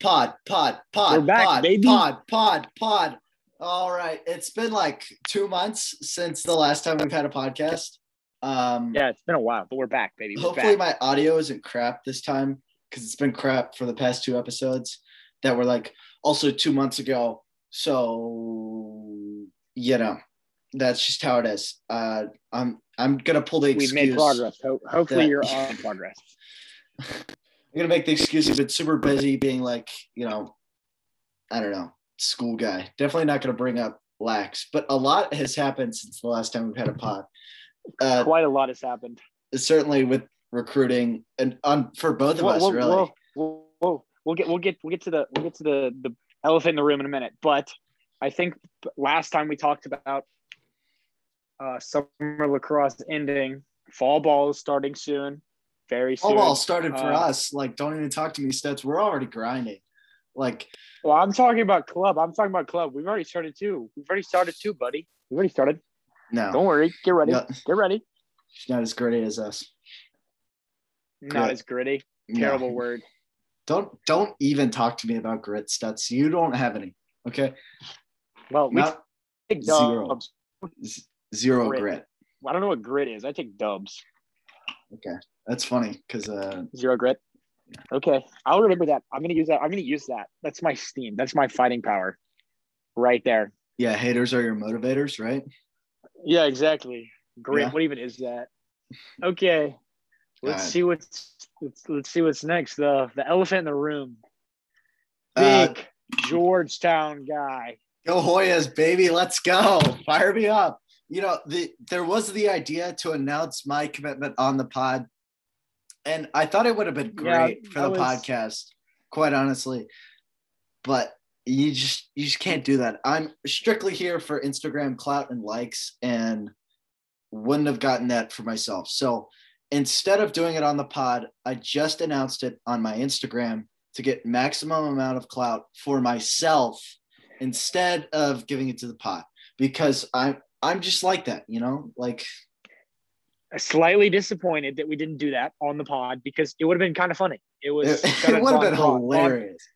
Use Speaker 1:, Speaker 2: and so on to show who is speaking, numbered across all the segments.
Speaker 1: pod, pod,
Speaker 2: We're back,
Speaker 1: pod,
Speaker 2: baby.
Speaker 1: pod, pod, pod. All right. It's been like two months since the last time we've had a podcast. Um,
Speaker 2: Yeah, it's been a while, but we're back, baby. We're
Speaker 1: hopefully
Speaker 2: back.
Speaker 1: my audio isn't crap this time because it's been crap for the past two episodes that were like also two months ago. So you know, that's just how it is. Uh, I'm I'm gonna pull the excuse.
Speaker 2: We've made progress. Ho- hopefully,
Speaker 1: that-
Speaker 2: you're on progress.
Speaker 1: I'm gonna make the excuse he's been super busy being like, you know, I don't know, school guy. Definitely not gonna bring up lax, but a lot has happened since the last time we've had a pod. Uh,
Speaker 2: Quite a lot has happened.
Speaker 1: certainly with recruiting and on for both of us, really.
Speaker 2: whoa, whoa, whoa. We'll get, we'll get, we'll get to the, we'll get to the, the elephant in the room in a minute. But I think last time we talked about uh, summer lacrosse ending, fall ball is starting soon, very soon.
Speaker 1: Oh, well, started for
Speaker 2: Uh,
Speaker 1: us. Like, don't even talk to me, Stets. We're already grinding. Like,
Speaker 2: Well, I'm talking about club. I'm talking about club. We've already started too. We've already started too, buddy. We've already started.
Speaker 1: no,
Speaker 2: Don't worry. Get ready.
Speaker 1: No.
Speaker 2: Get ready.
Speaker 1: she's not as gritty as us.
Speaker 2: Not
Speaker 1: Good.
Speaker 2: as gritty.
Speaker 1: No.
Speaker 2: Terrible word.
Speaker 1: Don't don't even talk to me about grit, Stets. You don't have any. Okay,
Speaker 2: Well, we
Speaker 1: not
Speaker 2: take
Speaker 1: zero.
Speaker 2: dubs.
Speaker 1: z- zero
Speaker 2: Grit.
Speaker 1: grit.
Speaker 2: I don't know what grit is. I take dubs.
Speaker 1: That's funny because uh,
Speaker 2: Zero grit. Okay. I'll remember that. I'm gonna use that. I'm gonna use that. That's my steam. That's my fighting power. Right there.
Speaker 1: yeah, haters are your motivators, right?
Speaker 2: Yeah, exactly. Grit.
Speaker 1: Yeah.
Speaker 2: What even is that? Okay. Let's
Speaker 1: Alright.
Speaker 2: see what's let's, let's see what's next. The the elephant in the room.
Speaker 1: Uh,
Speaker 2: Big Georgetown guy.
Speaker 1: go Hoyas, baby, let's go. Fire me up. You know, the there was the idea to announce my commitment on the pod, and I thought it would have been
Speaker 2: Yeah,
Speaker 1: great for
Speaker 2: I
Speaker 1: the
Speaker 2: was-
Speaker 1: podcast, quite honestly. But you just you just can't do that. I'm strictly here for Instagram clout and likes, and wouldn't have gotten that for myself. So instead of doing it on the pod, I just announced it on my Instagram to get maximum amount of clout for myself instead of giving it to the pod because I'm I'm just like that, you know, like
Speaker 2: Slightly disappointed that we didn't do that on the pod because it would have been kind of funny. It was
Speaker 1: it,
Speaker 2: kind of
Speaker 1: would have
Speaker 2: Von
Speaker 1: been
Speaker 2: Frost- Von-
Speaker 1: hilarious.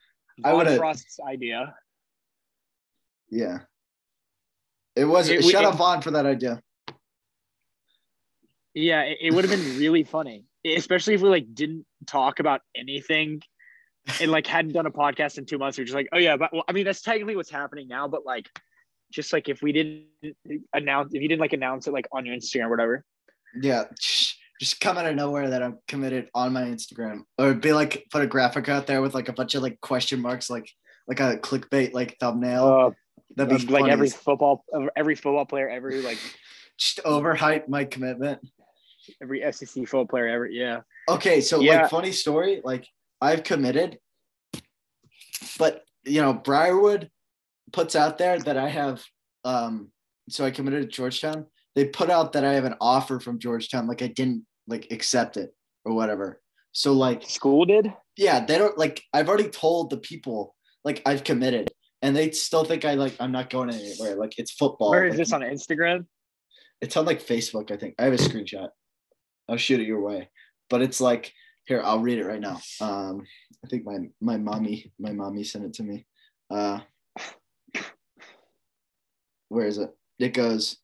Speaker 1: I
Speaker 2: Von
Speaker 1: would've-
Speaker 2: Frost's idea.
Speaker 1: Yeah. It was
Speaker 2: It- we-
Speaker 1: shut
Speaker 2: it-
Speaker 1: up Vaughn for that idea.
Speaker 2: Yeah, it, it would have been really funny, especially if we like didn't talk about anything and like hadn't done a podcast in two months. We are just like, oh yeah, but well, I mean that's technically what's happening now. But like, just like if we didn't announce, if you didn't like announce it like on your Instagram or whatever,
Speaker 1: Yeah. Just come out of nowhere that I'm committed on my Instagram. Or be like put a graphic out there with like a bunch of like question marks, like like a clickbait like thumbnail.
Speaker 2: uh,
Speaker 1: Oh, That'd be
Speaker 2: of, like
Speaker 1: funny.
Speaker 2: every football, of every football player ever, like
Speaker 1: just overhype my commitment.
Speaker 2: every SEC football player ever, yeah.
Speaker 1: Okay, so
Speaker 2: Yeah.
Speaker 1: like funny story, like I've committed, but you know, Briarwood puts out there that I have um so I committed to Georgetown. They put out that I have an offer from Georgetown, like I didn't like accept it or whatever. So like
Speaker 2: School did.
Speaker 1: yeah, they don't like I've already told the people like I've committed and they still think I like I'm not going anywhere. Like it's football.
Speaker 2: Where is
Speaker 1: Like,
Speaker 2: this on Instagram?
Speaker 1: it's on like Facebook, I think. I have a screenshot. I'll shoot it your way. But it's like here, I'll read it right now. Um, I think my my mommy my mommy sent it to me. Uh, where is it? It goes.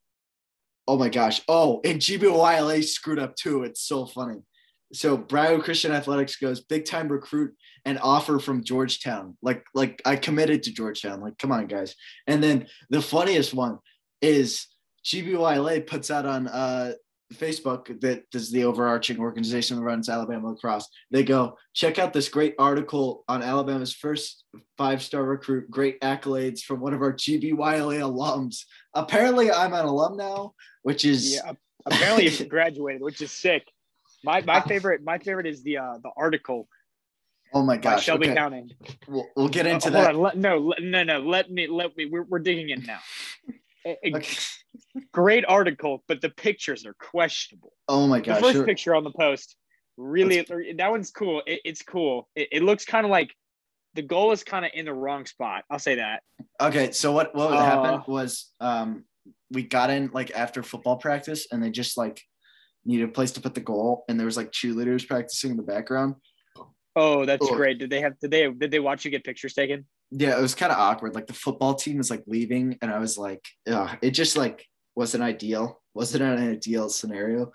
Speaker 1: Oh my gosh! Oh, and GBYLA screwed up too. It's so funny. So Brio Christian Athletics goes big time recruit and offer from Georgetown. Like like I committed to Georgetown. Like come on guys. And then the funniest one is GBYLA puts out on uh, Facebook that is the overarching organization that runs Alabama lacrosse. They go check out this great article on Alabama's first five-star recruit, great accolades from one of our GBYLA alums. Apparently, I'm an alum now, which is
Speaker 2: Yeah, apparently it's graduated, which is sick. My
Speaker 1: Ah.
Speaker 2: my favorite my favorite is the uh, the article
Speaker 1: oh my
Speaker 2: by
Speaker 1: gosh.
Speaker 2: Shelby
Speaker 1: okay.
Speaker 2: County.
Speaker 1: We'll, we'll get into
Speaker 2: Uh,
Speaker 1: that.
Speaker 2: Hold on, let, no, let, no, no. Let me let me. We're, we're digging in now. A, a
Speaker 1: Okay.
Speaker 2: Great article, but the pictures are questionable.
Speaker 1: Oh my
Speaker 2: The
Speaker 1: gosh.
Speaker 2: first
Speaker 1: you're-
Speaker 2: picture on the post, really, that one's cool. It, it's cool. It, it looks kind of like the goal is kind of in the wrong spot. I'll say that.
Speaker 1: Okay, so what what
Speaker 2: Uh,
Speaker 1: happened was um we got in like after football practice and they just like needed a place to put the goal and there was like cheerleaders practicing in the background.
Speaker 2: Oh, that's
Speaker 1: Sure.
Speaker 2: great. Did they have did they did they watch you get pictures taken?
Speaker 1: Yeah, it was kind of awkward. Like the football team was like leaving, and I was like, ugh, it just like wasn't ideal. Wasn't an ideal scenario.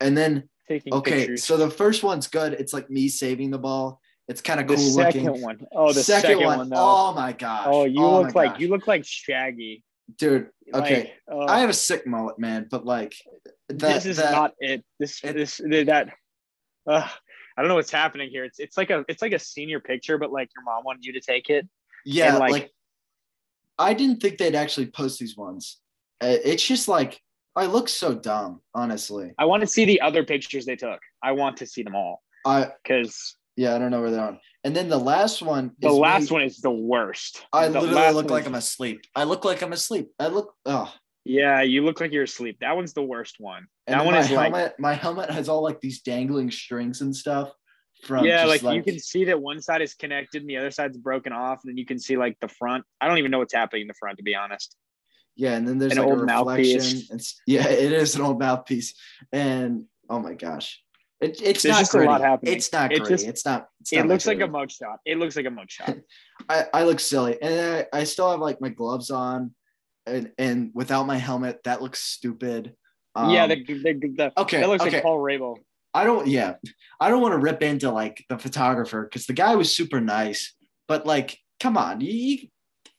Speaker 1: And then
Speaker 2: Taking
Speaker 1: okay,
Speaker 2: pictures.
Speaker 1: so the first one's good. It's like me saving the ball. It's kind of
Speaker 2: the
Speaker 1: cool
Speaker 2: second
Speaker 1: looking.
Speaker 2: one. Oh, the second, one. though.
Speaker 1: oh my gosh.
Speaker 2: oh, you
Speaker 1: my
Speaker 2: look like
Speaker 1: gosh.
Speaker 2: you look like Shaggy.
Speaker 1: dude. Okay,
Speaker 2: Like, oh,
Speaker 1: I have a sick mullet, man, but like that,
Speaker 2: this is
Speaker 1: that-
Speaker 2: not it. This
Speaker 1: it-
Speaker 2: this that. Uh, I don't know what's happening here. It's it's like a it's like a senior picture, but like your mom wanted you to take it.
Speaker 1: yeah,
Speaker 2: and, like-
Speaker 1: like, I didn't think they'd actually post these ones. Uh, It's just like I look so dumb, honestly.
Speaker 2: I want to see the other pictures they took. I want to see them all
Speaker 1: I
Speaker 2: because
Speaker 1: yeah, I don't know where they're on. And then the last one,
Speaker 2: the
Speaker 1: is
Speaker 2: last
Speaker 1: me-
Speaker 2: one is the worst.
Speaker 1: I
Speaker 2: The
Speaker 1: literally
Speaker 2: last
Speaker 1: look
Speaker 2: one
Speaker 1: like
Speaker 2: is-
Speaker 1: I'm asleep. I look like I'm asleep. I look oh.
Speaker 2: Yeah, you look like you're asleep. That one's the worst one.
Speaker 1: And
Speaker 2: That
Speaker 1: then
Speaker 2: one
Speaker 1: my
Speaker 2: is like-
Speaker 1: helmet. my helmet has all like these dangling strings and stuff. From
Speaker 2: yeah,
Speaker 1: just,
Speaker 2: like, you can see that one side is connected and the other side's broken off, and then you can see like the front. I don't even know what's happening in the front to be honest.
Speaker 1: Yeah, and then there's
Speaker 2: An
Speaker 1: like
Speaker 2: old
Speaker 1: a reflection.
Speaker 2: mouthpiece.
Speaker 1: It's, yeah, it is an old mouthpiece, and oh my gosh, it, it's
Speaker 2: There's
Speaker 1: not
Speaker 2: just a lot
Speaker 1: gritty.
Speaker 2: happening.
Speaker 1: It's not
Speaker 2: It
Speaker 1: gritty.
Speaker 2: just-
Speaker 1: it's not. It's
Speaker 2: It
Speaker 1: not
Speaker 2: looks like a
Speaker 1: gritty.
Speaker 2: mug shot. It looks like a mug shot.
Speaker 1: I, I look silly, and then I, I still have like my gloves on, and and without my helmet, that looks stupid. Um,
Speaker 2: yeah, the, the, the, the,
Speaker 1: okay,
Speaker 2: that looks
Speaker 1: okay.
Speaker 2: like Paul Rabel.
Speaker 1: I don't. Yeah, I don't want to rip into like the photographer because the guy was super nice, but like, come on, you, you-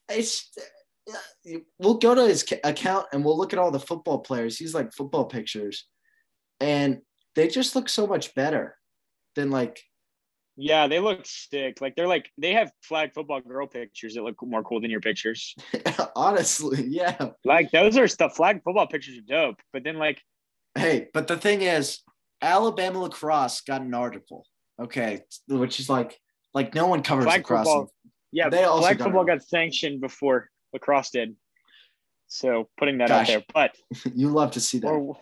Speaker 1: it's. uh, We'll go to his ca- account and we'll look at all the football players. He's like football pictures, and they just look so much better than like.
Speaker 2: Yeah, they look sick. Like they're like they have flag football girl pictures that look more cool than your pictures.
Speaker 1: honestly, yeah.
Speaker 2: Like those are the flag football pictures are dope. But then like
Speaker 1: Hey, but the thing is, Alabama lacrosse got an article, okay, which is like like no one covers
Speaker 2: Flag
Speaker 1: lacrosse.
Speaker 2: football. yeah,
Speaker 1: They also
Speaker 2: flag
Speaker 1: got it
Speaker 2: football
Speaker 1: wrong.
Speaker 2: got sanctioned before lacrosse did. So putting that
Speaker 1: Gosh.
Speaker 2: out there, but
Speaker 1: You love to see that.
Speaker 2: we're,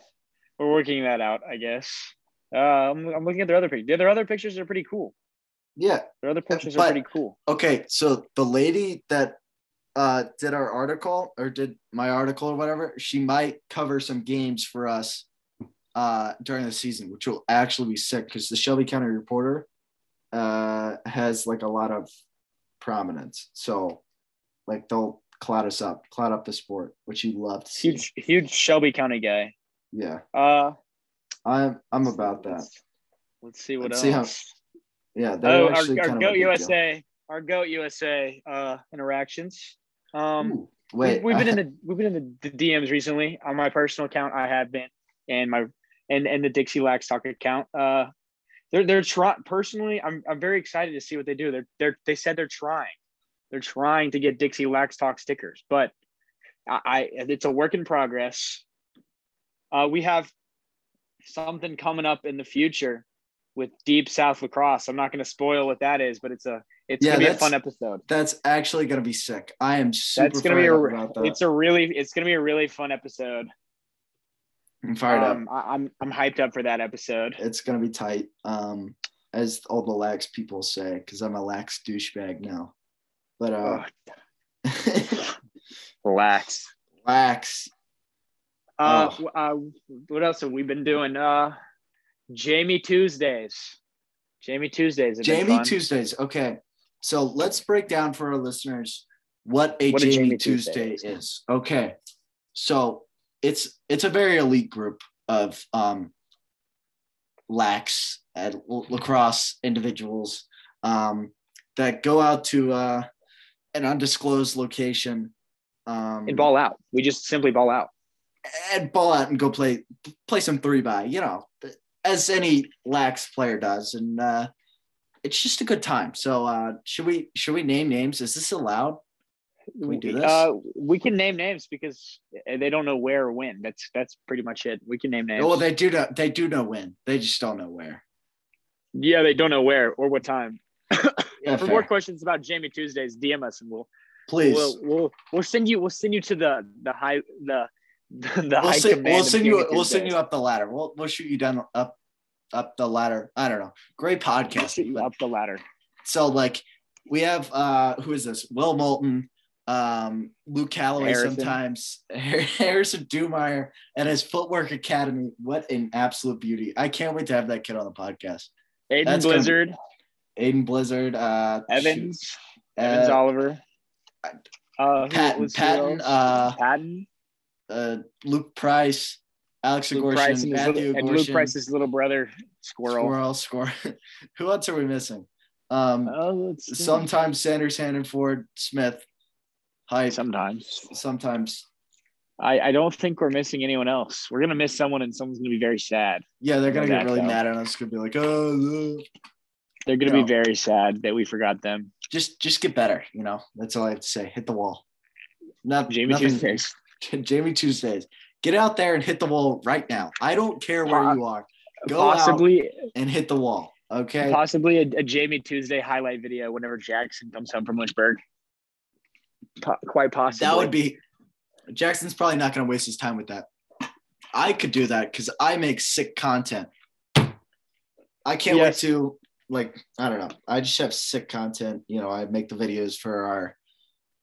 Speaker 2: we're working that out, I guess. Uh, I'm, I'm looking at their other pictures. Their other pictures are pretty cool.
Speaker 1: yeah,
Speaker 2: Their other pictures
Speaker 1: But-
Speaker 2: are pretty cool.
Speaker 1: okay so the lady that uh did our article or did my article or whatever she might cover some games for us uh during the season which will actually be sick because the shelby county reporter uh has like a lot of prominence so like they'll cloud us up cloud up the sport which you love to see
Speaker 2: Huge, huge Shelby County guy.
Speaker 1: yeah
Speaker 2: Uh,
Speaker 1: i'm i'm about that
Speaker 2: Let's see what
Speaker 1: Let's see how-
Speaker 2: else.
Speaker 1: yeah they're
Speaker 2: oh, our,
Speaker 1: actually
Speaker 2: our
Speaker 1: kind of a
Speaker 2: Goat
Speaker 1: big deal.
Speaker 2: USA, our Goat USA uh, interactions. Um,
Speaker 1: Ooh, wait
Speaker 2: we, have been
Speaker 1: I-
Speaker 2: in the we've been in the, the DMs recently on my personal account. I have been, and my and and the Dixie Lax Talk account. Uh, they're they're trying. Personally, I'm I'm very excited to see what they do. They're they're they said they're trying, they're trying to get Dixie Lax Talk stickers, but I, I it's a work in progress. Uh, we have something coming up in the future with Deep South Lacrosse. I'm not going to spoil what that is, but it's a it's
Speaker 1: Yeah,
Speaker 2: gonna be a
Speaker 1: that's-
Speaker 2: fun episode.
Speaker 1: that's actually gonna be sick i am super
Speaker 2: That's gonna be
Speaker 1: fired
Speaker 2: a
Speaker 1: up
Speaker 2: re-
Speaker 1: about that.
Speaker 2: It's a really it's gonna be a really fun episode.
Speaker 1: i'm fired up
Speaker 2: Um, I, I'm I'm hyped up for that episode.
Speaker 1: it's gonna be tight. Um, as all the lax people say, because I'm a lax douchebag now. But uh,
Speaker 2: Relax.
Speaker 1: lax.
Speaker 2: Uh,
Speaker 1: Oh.
Speaker 2: w- uh, what else have we been doing? Uh, Jamie Tuesdays. Jamie Tuesdays. have been
Speaker 1: Jamie
Speaker 2: fun.
Speaker 1: Tuesdays. Okay, so let's break down for our listeners what a, Jamie, Tuesday, is. Okay, so it's it's a very elite group of um, lax at lacrosse individuals um, that go out to uh, an undisclosed location. Um,
Speaker 2: and ball out. We just simply ball out.
Speaker 1: and ball out and go play play some three by you know as any lax player does and uh it's just a good time so uh should we should we name names is this allowed Can we do this?
Speaker 2: Uh, we can name names because eh, they don't know where or when. That's that's pretty much it. We can name names.
Speaker 1: oh well, they do know they do know when they just don't know where
Speaker 2: yeah, they don't know where or what time.
Speaker 1: yeah
Speaker 2: For
Speaker 1: fair.
Speaker 2: more questions about Jamie Tuesdays, DM us and we'll
Speaker 1: please
Speaker 2: we'll, we'll we'll send you we'll send you to the the high the the
Speaker 1: we'll,
Speaker 2: high
Speaker 1: send,
Speaker 2: command.
Speaker 1: we'll
Speaker 2: of
Speaker 1: send
Speaker 2: Jamie
Speaker 1: you we'll send
Speaker 2: Tuesdays.
Speaker 1: you up the ladder we'll, we'll shoot you down up up the ladder i don't know great
Speaker 2: We'll
Speaker 1: podcast
Speaker 2: shoot you
Speaker 1: but-
Speaker 2: up the ladder.
Speaker 1: so like we have uh who is this will moulton um luke calloway
Speaker 2: Harrison.
Speaker 1: sometimes harrison dumeyer and his footwork academy what an absolute beauty i can't wait to have that kid on the podcast
Speaker 2: Aiden
Speaker 1: That's gonna be-
Speaker 2: Blizzard.
Speaker 1: Aiden Blizzard, uh,
Speaker 2: Evans,
Speaker 1: shoot,
Speaker 2: Evans
Speaker 1: uh,
Speaker 2: Oliver, uh, who
Speaker 1: Patton-
Speaker 2: was- who
Speaker 1: Patton,
Speaker 2: else?
Speaker 1: uh,
Speaker 2: Patton,
Speaker 1: uh, Luke Price, Alex
Speaker 2: Luke
Speaker 1: Agorshin,
Speaker 2: Price, and, his little,
Speaker 1: Matthew
Speaker 2: and Luke
Speaker 1: Agorshin,
Speaker 2: Price's little brother,
Speaker 1: Squirrel,
Speaker 2: Squirrel.
Speaker 1: Squirrel. Who else are we missing? Um,
Speaker 2: Oh, it's-
Speaker 1: sometimes Sanders, Hannaford, Smith, Hype.
Speaker 2: sometimes.
Speaker 1: sometimes,
Speaker 2: I, I don't think we're missing anyone else. We're gonna miss someone, and someone's gonna be very sad.
Speaker 1: yeah, they're gonna get
Speaker 2: Back
Speaker 1: really
Speaker 2: out.
Speaker 1: mad at us. Gonna be like, oh, uh."
Speaker 2: They're gonna
Speaker 1: No.
Speaker 2: be very sad that we forgot them.
Speaker 1: just just get better. You know, that's all I have to say. Hit the wall. Not
Speaker 2: Jamie
Speaker 1: nothing-
Speaker 2: Tuesdays.
Speaker 1: Jamie Tuesdays. Get out there and hit the wall right now. I don't care where you are. Go
Speaker 2: possibly,
Speaker 1: out and hit the wall. Okay.
Speaker 2: possibly a, a Jamie Tuesday highlight video whenever Jackson comes home from Lynchburg. Po- quite possibly.
Speaker 1: That would be Jackson's probably not going to waste his time with that. I could do that because I make sick content. I can't
Speaker 2: Yes.
Speaker 1: wait to like I don't know. I just have sick content. You know, I make the videos for our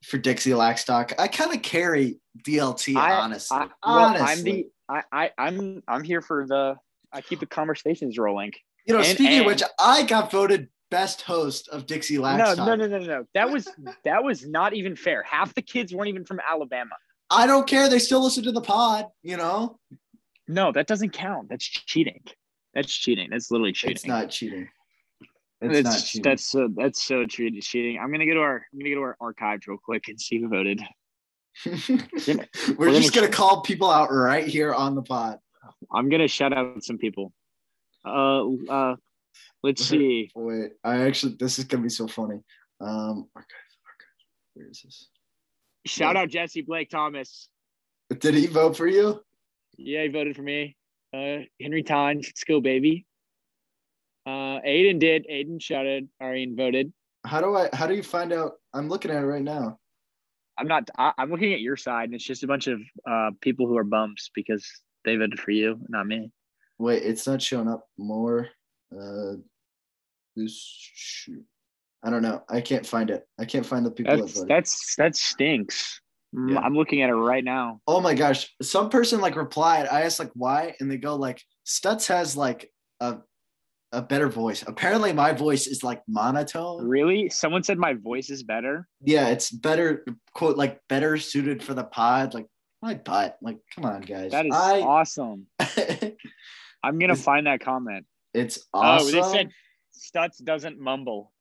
Speaker 1: for Dixie Lackstock. I kind of carry DLT
Speaker 2: I-
Speaker 1: honestly.
Speaker 2: I, well,
Speaker 1: honestly,
Speaker 2: I'm the. I, I I'm I'm here for the. I keep the conversations rolling.
Speaker 1: you know.
Speaker 2: and-
Speaker 1: speaking
Speaker 2: and-
Speaker 1: of which, I got voted best host of Dixie
Speaker 2: No,
Speaker 1: Lackstock.
Speaker 2: no, no, no, no. That was that was not even fair. Half the kids weren't even from Alabama.
Speaker 1: I don't care. They still listen to the pod. You know,
Speaker 2: No, that doesn't count. That's cheating. That's cheating. That's literally cheating.
Speaker 1: it's not cheating. It's,
Speaker 2: That's
Speaker 1: not cheating.
Speaker 2: that's so that's so true to cheating. I'm gonna go to our I'm gonna go to our archives real quick and see who voted.
Speaker 1: We're,
Speaker 2: we're
Speaker 1: just
Speaker 2: gonna-
Speaker 1: gonna call people out right here on the pod.
Speaker 2: I'm gonna shout out some people. Uh, uh let's see.
Speaker 1: Wait, I actually this is gonna be so funny. Um, archive, archive. Where is this?
Speaker 2: Shout out Jesse Blake Thomas.
Speaker 1: Did he vote for you?
Speaker 2: Yeah, he voted for me. Uh, Henry Tynes, let's go, baby. Uh, Aiden did. Aiden shouted. Arian voted.
Speaker 1: How do I? How do you find out? I'm looking at it right now.
Speaker 2: I'm not. I, I'm looking at your side, and it's just a bunch of uh people who are bumps because they voted for you, not me.
Speaker 1: Wait, it's not showing up more. Uh, this shoot. I don't know. I can't find it. I can't find the people that
Speaker 2: That's
Speaker 1: voted.
Speaker 2: that's that stinks. Mm,
Speaker 1: Yeah.
Speaker 2: I'm looking at it right now.
Speaker 1: oh my gosh some person like replied i asked like why and they go like stutz has like a a better voice apparently my voice is like monotone
Speaker 2: Really? Someone said my voice is better.
Speaker 1: yeah it's better quote like better suited for the pod like my butt like come on guys
Speaker 2: That is
Speaker 1: I,
Speaker 2: awesome. I'm gonna
Speaker 1: Is-
Speaker 2: find that comment.
Speaker 1: it's awesome
Speaker 2: Oh, they said Stutz doesn't mumble.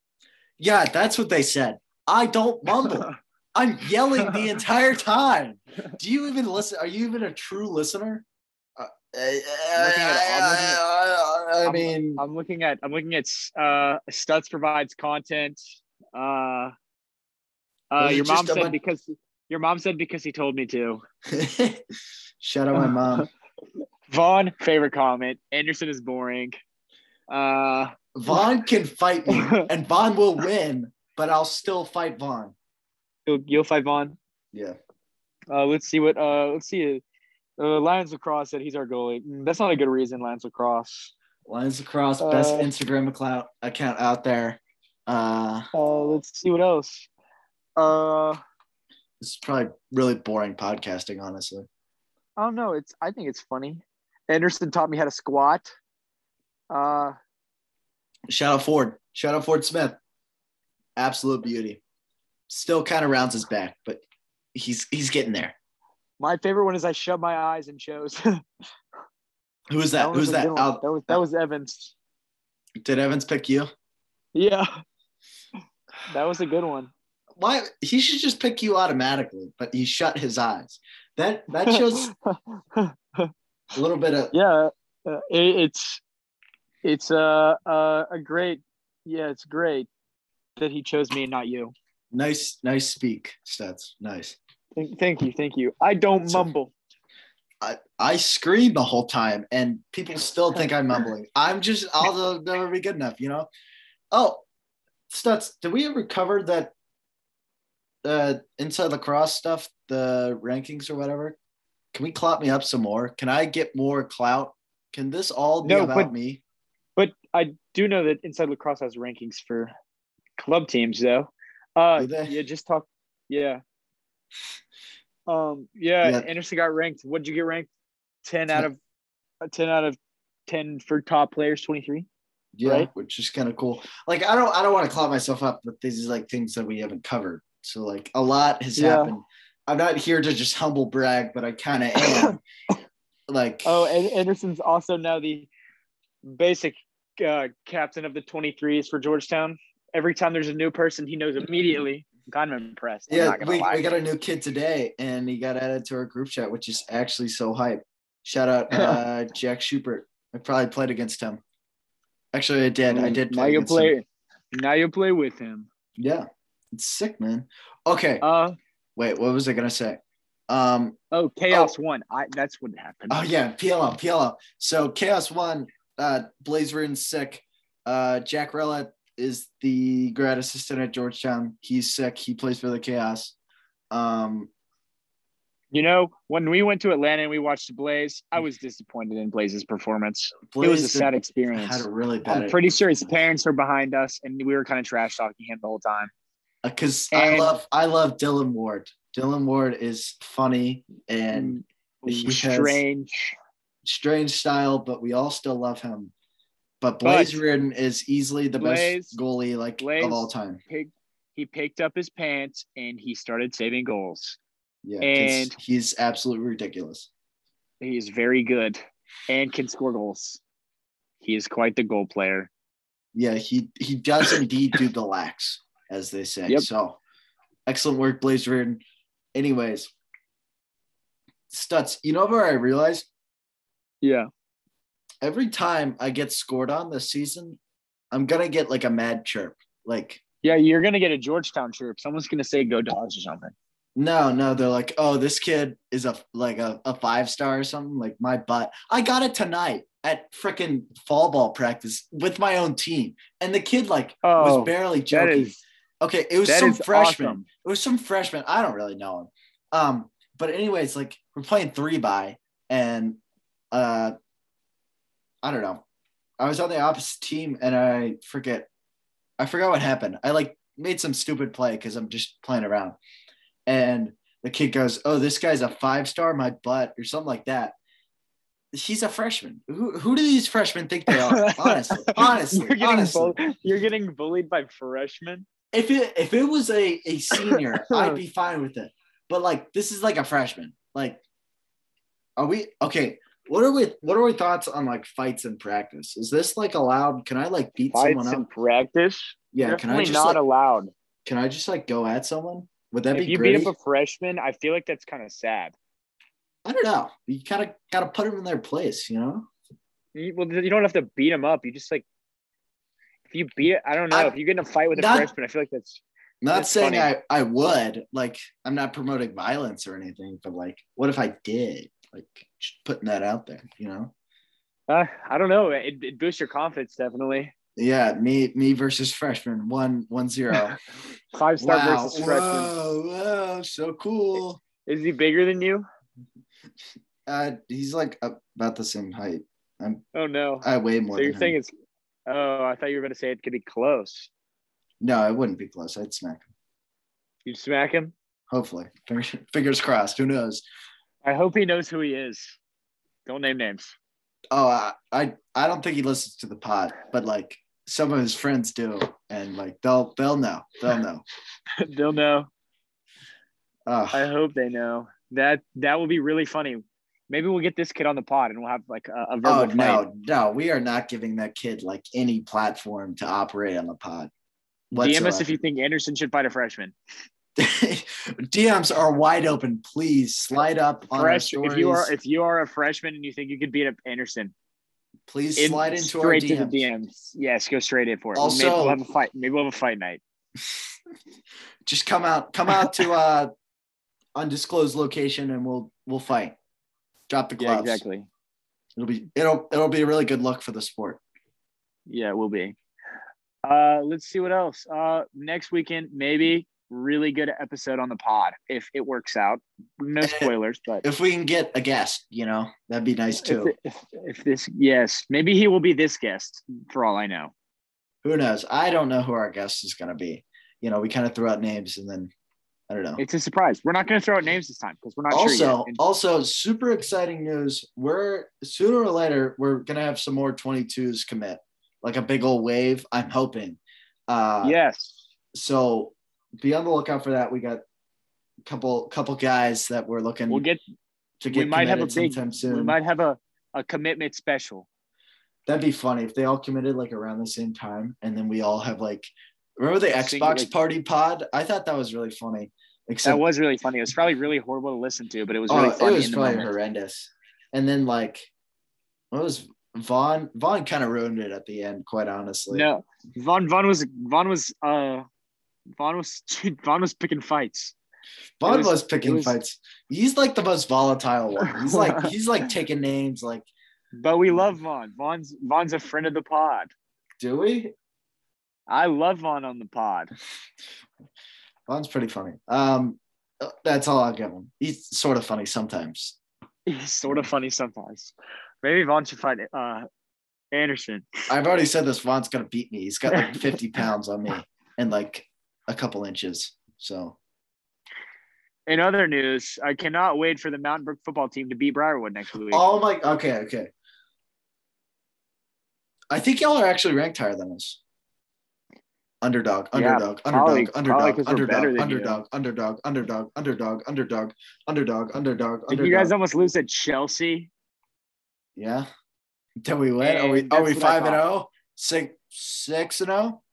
Speaker 1: yeah that's what they said i don't mumble i'm yelling the entire time do you even listen are you even a true listener uh, I,
Speaker 2: I'm-
Speaker 1: mean
Speaker 2: I'm looking at I'm looking at uh Stutz provides content. Uh uh
Speaker 1: Was it
Speaker 2: your mom
Speaker 1: just a
Speaker 2: said
Speaker 1: bun-
Speaker 2: because your mom said because he told me to.
Speaker 1: Shout out my mom.
Speaker 2: Vaughn, favorite comment. Anderson is boring. Uh
Speaker 1: Vaughn can fight me, and Vaughn will win, but I'll still fight Vaughn.
Speaker 2: you'll, you'll fight Vaughn.
Speaker 1: Yeah.
Speaker 2: Uh, let's see what. Uh, let's see. Uh, Lions lacrosse said he's our goalie. Mm, That's not a good reason. Lions lacrosse.
Speaker 1: Lions Across, best
Speaker 2: Uh,
Speaker 1: Instagram account, account out there. Uh,
Speaker 2: Uh, let's see what else. Uh, I
Speaker 1: this is probably really boring podcasting, honestly.
Speaker 2: don't know. Oh, It's. I think it's funny. Anderson taught me how to squat. Uh,
Speaker 1: Shout out Ford. Shout out Ford Smith. Absolute beauty. Still kind of rounds his back, but he's he's getting there.
Speaker 2: my favorite one is I shut my eyes and chose. that
Speaker 1: Who is that?
Speaker 2: one
Speaker 1: Who's
Speaker 2: was a
Speaker 1: that?
Speaker 2: good one.
Speaker 1: Al-
Speaker 2: that was that was Evans.
Speaker 1: did Evans pick you?
Speaker 2: Yeah, that was a good one.
Speaker 1: Why he should just pick you automatically, but he shut his eyes. That that shows a little bit of
Speaker 2: yeah uh, it, it's it's uh, uh, a great yeah it's great that he chose me and not you
Speaker 1: nice, nice speak stats. Nice.
Speaker 2: thank, thank you thank you i don't
Speaker 1: So-
Speaker 2: mumble
Speaker 1: I, I scream the whole time and people still think I'm mumbling. I'm just, I'll never be good enough, you know? Oh, Stutz, did we ever cover that uh, inside lacrosse stuff, the rankings or whatever? Can we clop me up some more? Can I get more clout? Can this all be
Speaker 2: No,
Speaker 1: about
Speaker 2: but-
Speaker 1: me?
Speaker 2: but i do know that inside lacrosse has rankings for club teams though uh
Speaker 1: Do they?
Speaker 2: yeah just talk yeah um yeah,
Speaker 1: Yeah.
Speaker 2: anderson got ranked what'd you get ranked 10 out of uh, 10 out of 10 for top players 23
Speaker 1: yeah,
Speaker 2: Right.
Speaker 1: which is kind of cool. Like I don't I don't want to clot myself up, but this is like things that we haven't covered. So like a lot has
Speaker 2: Yeah.
Speaker 1: happened. I'm not here to just humble brag, but I kind of am. like
Speaker 2: Oh, and Anderson's also now the basic uh, captain of the 23s for Georgetown. Every time there's a new person, he knows immediately. I'm kind of impressed. I'm
Speaker 1: yeah,
Speaker 2: not gonna
Speaker 1: we,
Speaker 2: lie.
Speaker 1: we got a new kid today, and he got added to our group chat, which is actually so hype. Shout out uh, Jack Schubert. I probably played against him. Actually, I did. I did
Speaker 2: Mm, Now
Speaker 1: play.
Speaker 2: you
Speaker 1: against him.
Speaker 2: play. Now you play with him.
Speaker 1: Yeah, it's sick, man. Okay,
Speaker 2: Uh
Speaker 1: wait, what was I gonna say? Um,
Speaker 2: oh, chaos one. I that's what happened.
Speaker 1: Oh yeah, PLO, PLO. So Chaos One, uh, Blaze Rin's sick. Uh, Jack Rella is the grad assistant at Georgetown. He's sick. He plays for the Chaos. Um,
Speaker 2: You know, when we went to Atlanta and we watched Blaze, I was disappointed in Blaze's performance.
Speaker 1: Blaze
Speaker 2: it was a sad
Speaker 1: had
Speaker 2: experience.
Speaker 1: a really bad.
Speaker 2: I'm pretty sure his parents were behind us, and we were kind of trash talking him the whole time.
Speaker 1: because Uh, I
Speaker 2: and-
Speaker 1: love I love Dylan Ward. Dylan Ward is funny and he has-
Speaker 2: strange.
Speaker 1: strange style, but we all still love him. But Blaze
Speaker 2: But-
Speaker 1: Ridden is easily the
Speaker 2: Blaze-
Speaker 1: best goalie like
Speaker 2: Blaze-
Speaker 1: of all time.
Speaker 2: Pig, he picked up his pants and he started saving goals.
Speaker 1: Yeah, 'cause
Speaker 2: and-
Speaker 1: he's absolutely ridiculous.
Speaker 2: He is very good and can score goals. He is quite the goal player.
Speaker 1: Yeah, he he does indeed do the lax, as they say.
Speaker 2: Yep.
Speaker 1: So excellent work, Blaze Reardon. Anyways, Stutz, you know where I realized
Speaker 2: Yeah.
Speaker 1: every time I get scored on this season, I'm gonna get like a mad chirp. Like,
Speaker 2: Yeah, you're gonna get a Georgetown chirp. Someone's gonna say "Go Dogs" or something.
Speaker 1: no, no, they're like, oh, this kid is a like a, a five star or something. Like my butt. I got it tonight at freaking fall ball practice with my own team. And the kid like
Speaker 2: Oh,
Speaker 1: was barely
Speaker 2: that
Speaker 1: joking.
Speaker 2: is
Speaker 1: okay, it was
Speaker 2: that
Speaker 1: some
Speaker 2: is
Speaker 1: freshman.
Speaker 2: awesome.
Speaker 1: it was some freshman. I don't really know him. Um, but anyways, like we're playing three by, and uh, I don't know. I was on the opposite team, and I forget. I forgot what happened. I like made some stupid play because I'm just playing around, and the kid goes, "Oh, this guy's a five star, my butt," or something like that. He's a freshman. Who, who do these freshmen think they are? honestly, honestly,
Speaker 2: you're getting
Speaker 1: honestly
Speaker 2: bull- you're getting bullied by freshmen.
Speaker 1: if it if it was a a senior, I'd be fine with it. But like this is like a freshman. Like, are we okay? What are we? What are our thoughts on like fights in practice? Is this like allowed? Can I like beat someone
Speaker 2: Fights
Speaker 1: up?
Speaker 2: in practice.
Speaker 1: yeah. Can I
Speaker 2: Definitely
Speaker 1: just
Speaker 2: not
Speaker 1: like,
Speaker 2: allowed.
Speaker 1: can I just like go at someone? Would that
Speaker 2: If
Speaker 1: be
Speaker 2: you
Speaker 1: great?
Speaker 2: beat up a freshman, I feel like that's kind of sad.
Speaker 1: I don't know. You kind of got to put them in their place, you know.
Speaker 2: You, well, you don't have to beat him up. You just like if you beat it. I don't know
Speaker 1: I-
Speaker 2: if you get in a fight with a
Speaker 1: not-
Speaker 2: freshman. I feel like that's
Speaker 1: Not
Speaker 2: That's
Speaker 1: saying
Speaker 2: funny.
Speaker 1: I I would like. I'm not promoting violence or anything, but like, what if I did? Like, just putting that out there, you know.
Speaker 2: uh, I don't know. It, it boosts your confidence definitely.
Speaker 1: Yeah, me me versus freshman one one zero.
Speaker 2: Five star
Speaker 1: wow,
Speaker 2: versus freshman.
Speaker 1: whoa, whoa, so cool.
Speaker 2: Is he bigger than you?
Speaker 1: Uh, he's like up- about the same height. I'm
Speaker 2: Oh no.
Speaker 1: I weigh more.
Speaker 2: so you're
Speaker 1: than
Speaker 2: saying
Speaker 1: him.
Speaker 2: it's? Oh, I thought you were going to say it could be close.
Speaker 1: no? I wouldn't be close. I'd smack him.
Speaker 2: You'd smack him.
Speaker 1: Hopefully, Fingers- fingers crossed. Who knows?
Speaker 2: I hope he knows who he is. Don't name names.
Speaker 1: Oh, I I, I don't think he listens to the pod, but like some of his friends do, and like they'll they'll know. They'll know.
Speaker 2: They'll know.
Speaker 1: Uh,
Speaker 2: I hope they know. That that will be really funny. Maybe we'll get this kid on the pod and we'll have like a, a verbal
Speaker 1: oh
Speaker 2: fight.
Speaker 1: no, no, we are not giving that kid like any platform to operate on the pod.
Speaker 2: DM us
Speaker 1: whatsoever.
Speaker 2: if you think Anderson should fight a freshman.
Speaker 1: DMs are wide open. Please slide up on our
Speaker 2: Fresh,
Speaker 1: stories.
Speaker 2: if you are if you are a freshman and you think you could beat up Anderson,
Speaker 1: Please
Speaker 2: in-
Speaker 1: slide into our
Speaker 2: straight
Speaker 1: DMs.
Speaker 2: to the DMs. Yes, go straight in for it.
Speaker 1: Also-
Speaker 2: maybe we'll have a fight. Maybe we'll have a fight night.
Speaker 1: Just come out, come out to uh undisclosed location, and we'll we'll fight. Drop the
Speaker 2: Yeah,
Speaker 1: gloves.
Speaker 2: exactly.
Speaker 1: It'll be it'll it'll be a really good look for the sport.
Speaker 2: Yeah, we'll be. Uh, let's see what else. Uh, next weekend, maybe really good episode on the pod if it works out. No spoilers, but
Speaker 1: If we can get a guest, you know that'd be nice too.
Speaker 2: If, if, if this, yes, maybe he will be this guest for all I know.
Speaker 1: Who knows? I don't know who our guest is gonna be. You know, we kind of threw out names, and then I don't know.
Speaker 2: It's a surprise. We're not going to throw out names this time because we're not
Speaker 1: also,
Speaker 2: sure yet. And
Speaker 1: also super exciting news. We're sooner or later we're gonna have some more 22s commit. like a big old wave. I'm hoping. Uh,
Speaker 2: yes.
Speaker 1: So be on the lookout for that. We got a couple couple guys that we're looking
Speaker 2: We'll get
Speaker 1: to get
Speaker 2: we might have a
Speaker 1: committed
Speaker 2: big-
Speaker 1: sometime
Speaker 2: we
Speaker 1: soon.
Speaker 2: might have a, a commitment special.
Speaker 1: That'd be funny if they all committed like around the same time, and then we all have like. Remember the
Speaker 2: Single,
Speaker 1: Xbox
Speaker 2: like-
Speaker 1: Party Pod? I thought that was really funny. Except
Speaker 2: That was really funny. It was probably really horrible to listen to, but it was
Speaker 1: Oh,
Speaker 2: really funny
Speaker 1: it was
Speaker 2: in the
Speaker 1: probably
Speaker 2: moment.
Speaker 1: horrendous. And then like, what was Vaughn? Vaughn kind of ruined it at the end, quite honestly.
Speaker 2: No, Von Von was Von was uh Von was Von was picking fights.
Speaker 1: Vaughn
Speaker 2: it
Speaker 1: was,
Speaker 2: was-
Speaker 1: picking
Speaker 2: it was-
Speaker 1: fights. He's like the most volatile one. He's like he's like taking names. Like,
Speaker 2: But we love Von. Von's Von's a friend of the pod.
Speaker 1: do we?
Speaker 2: I love Von on the pod.
Speaker 1: Vaughn's pretty funny. Um, that's all I'll give him. He's sort of funny sometimes.
Speaker 2: He's sort of funny sometimes. Maybe Von should fight uh Anderson.
Speaker 1: I've already said this. Vaughn's gonna beat me. He's got like 50 pounds on me and like a couple inches. So
Speaker 2: In other news, I cannot wait for the Mountain Brook football team to beat Briarwood next week.
Speaker 1: oh my. Okay, okay. I think y'all are actually ranked higher than us. Underdog,
Speaker 2: Yeah,
Speaker 1: underdog,
Speaker 2: probably-
Speaker 1: underdog,
Speaker 2: probably 'cause
Speaker 1: underdog,
Speaker 2: we're better
Speaker 1: underdog,
Speaker 2: than you.
Speaker 1: underdog, underdog, underdog, underdog, underdog, underdog, underdog,
Speaker 2: Did you guys
Speaker 1: underdog.
Speaker 2: almost lose at Chelsea?
Speaker 1: Yeah. Did we win? Are we
Speaker 2: And
Speaker 1: are
Speaker 2: that's
Speaker 1: we
Speaker 2: what I
Speaker 1: five and oh? Six six and oh?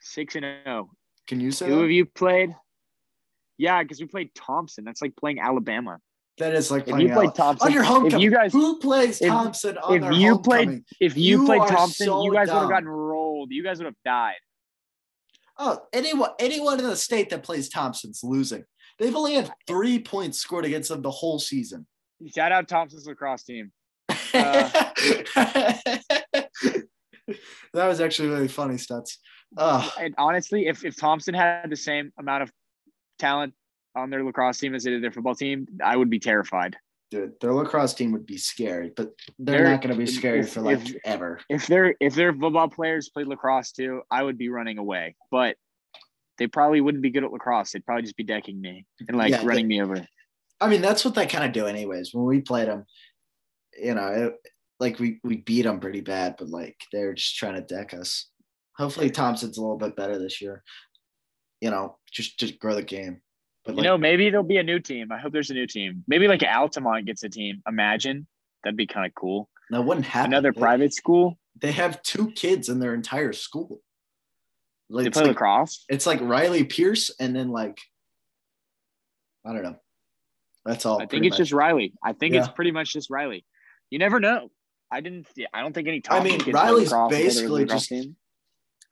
Speaker 2: Six and zero.
Speaker 1: Can you say
Speaker 2: Who have
Speaker 1: that?
Speaker 2: you played? Yeah, because we played Thompson. That's like playing Alabama.
Speaker 1: That is like
Speaker 2: If you
Speaker 1: playing
Speaker 2: played
Speaker 1: out.
Speaker 2: Thompson,
Speaker 1: on your homecoming.
Speaker 2: if you guys,
Speaker 1: who plays
Speaker 2: if-
Speaker 1: Thompson on
Speaker 2: if
Speaker 1: their
Speaker 2: you
Speaker 1: homecoming?
Speaker 2: played- if you,
Speaker 1: You
Speaker 2: played
Speaker 1: are
Speaker 2: Thompson,
Speaker 1: so
Speaker 2: you guys would
Speaker 1: dumb.
Speaker 2: have gotten rolled. You guys would have died.
Speaker 1: Oh, anyone anyone in the state that plays Thompson's losing. They've only had three points scored against them the whole season.
Speaker 2: Shout out Thompson's lacrosse team. Uh.
Speaker 1: that was actually really funny, Stutz. Uh,
Speaker 2: And honestly, if, if Thompson had the same amount of talent on their lacrosse team as they did their football team, I would be terrified.
Speaker 1: dude, their lacrosse team would be scary, but they're,
Speaker 2: They're-
Speaker 1: not going to be scary
Speaker 2: if-
Speaker 1: for like
Speaker 2: if-
Speaker 1: ever.
Speaker 2: If their if their football players played lacrosse too, I would be running away. But they probably wouldn't be good at lacrosse. They'd probably just be decking me and like
Speaker 1: Yeah, they-
Speaker 2: running me over.
Speaker 1: I mean, that's what they kind of do, anyways. When we played them, you know, it, like we we beat them pretty bad, but like they're just trying to deck us. Hopefully, Thompson's a little bit better this year. You know, just just grow the game. But
Speaker 2: You
Speaker 1: like,
Speaker 2: know, maybe there'll be a new team. I hope there's a new team. Maybe like Altamont gets a team. Imagine that'd be kind of cool.
Speaker 1: that wouldn't happen.
Speaker 2: Another
Speaker 1: They-
Speaker 2: private school.
Speaker 1: They have two kids in their entire school. Like,
Speaker 2: They
Speaker 1: it's,
Speaker 2: play
Speaker 1: like,
Speaker 2: lacrosse.
Speaker 1: it's like Riley Pierce, and then like, I don't know. That's all.
Speaker 2: I think
Speaker 1: pretty
Speaker 2: it's
Speaker 1: much.
Speaker 2: just Riley. I think it's
Speaker 1: Yeah.
Speaker 2: pretty much just Riley. You never know. I didn't. yeah, I don't think any.
Speaker 1: I
Speaker 2: Thompson
Speaker 1: mean,
Speaker 2: kids play
Speaker 1: Riley's
Speaker 2: lacrosse or go to the
Speaker 1: basically
Speaker 2: lacrosse
Speaker 1: just-
Speaker 2: team.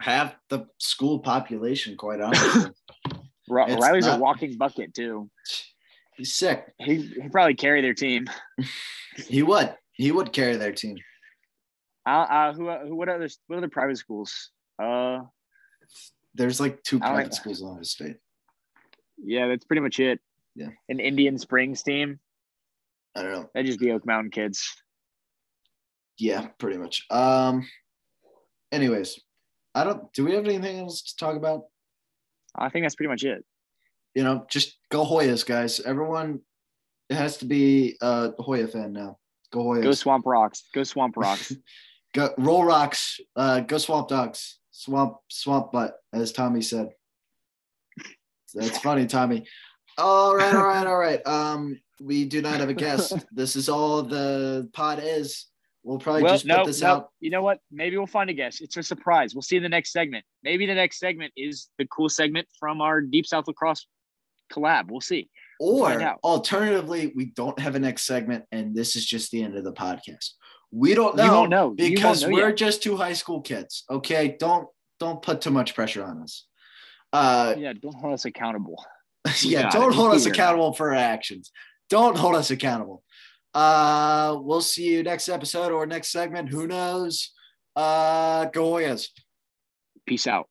Speaker 1: half the school population, quite honestly.
Speaker 2: Ri-
Speaker 1: it's
Speaker 2: Riley's
Speaker 1: not-
Speaker 2: a walking bucket too.
Speaker 1: He's sick.
Speaker 2: He he probably carry their team.
Speaker 1: He would. He would carry their team.
Speaker 2: Uh, uh, who who what other what other private schools? Uh,
Speaker 1: There's like two
Speaker 2: I don't
Speaker 1: private
Speaker 2: like-
Speaker 1: schools in Ohio State.
Speaker 2: yeah, that's pretty much it.
Speaker 1: Yeah.
Speaker 2: An Indian Springs team.
Speaker 1: I don't know.
Speaker 2: That'd just be Oak Mountain kids.
Speaker 1: Yeah, pretty much. Um. Anyways, I don't. Do we have anything else to talk about?
Speaker 2: I think that's pretty much it.
Speaker 1: You know, just go Hoyas, guys. Everyone has to be uh, a Hoya fan now. Go Hoyas.
Speaker 2: Go Swamp Rocks. Go Swamp Rocks.
Speaker 1: Go- roll rocks. Uh, go swamp dogs. Swamp swamp butt, as Tommy said. That's funny, Tommy. All right, all right, all right. Um, we do not have a guest. This is all the pod is. We'll probably
Speaker 2: well,
Speaker 1: just put
Speaker 2: no,
Speaker 1: this
Speaker 2: no.
Speaker 1: out.
Speaker 2: You know what? Maybe we'll find a guest. It's a surprise. We'll see you in the next segment. Maybe the next segment is the cool segment from our Deep South Lacrosse collab. We'll see.
Speaker 1: Or
Speaker 2: find out.
Speaker 1: alternatively, we don't have a next segment, and this is just the end of the podcast. We don't know,
Speaker 2: you won't know You won't
Speaker 1: because
Speaker 2: know
Speaker 1: we're
Speaker 2: yet.
Speaker 1: just two high school kids. Okay, don't don't put too much pressure on us. Uh,
Speaker 2: yeah. Don't hold us accountable. You
Speaker 1: yeah,
Speaker 2: got
Speaker 1: don't
Speaker 2: it.
Speaker 1: hold us
Speaker 2: Here.
Speaker 1: accountable for our actions. Don't hold us accountable. Uh, we'll see you next episode or next segment. Who knows? Uh, go Hoyas.
Speaker 2: Peace out.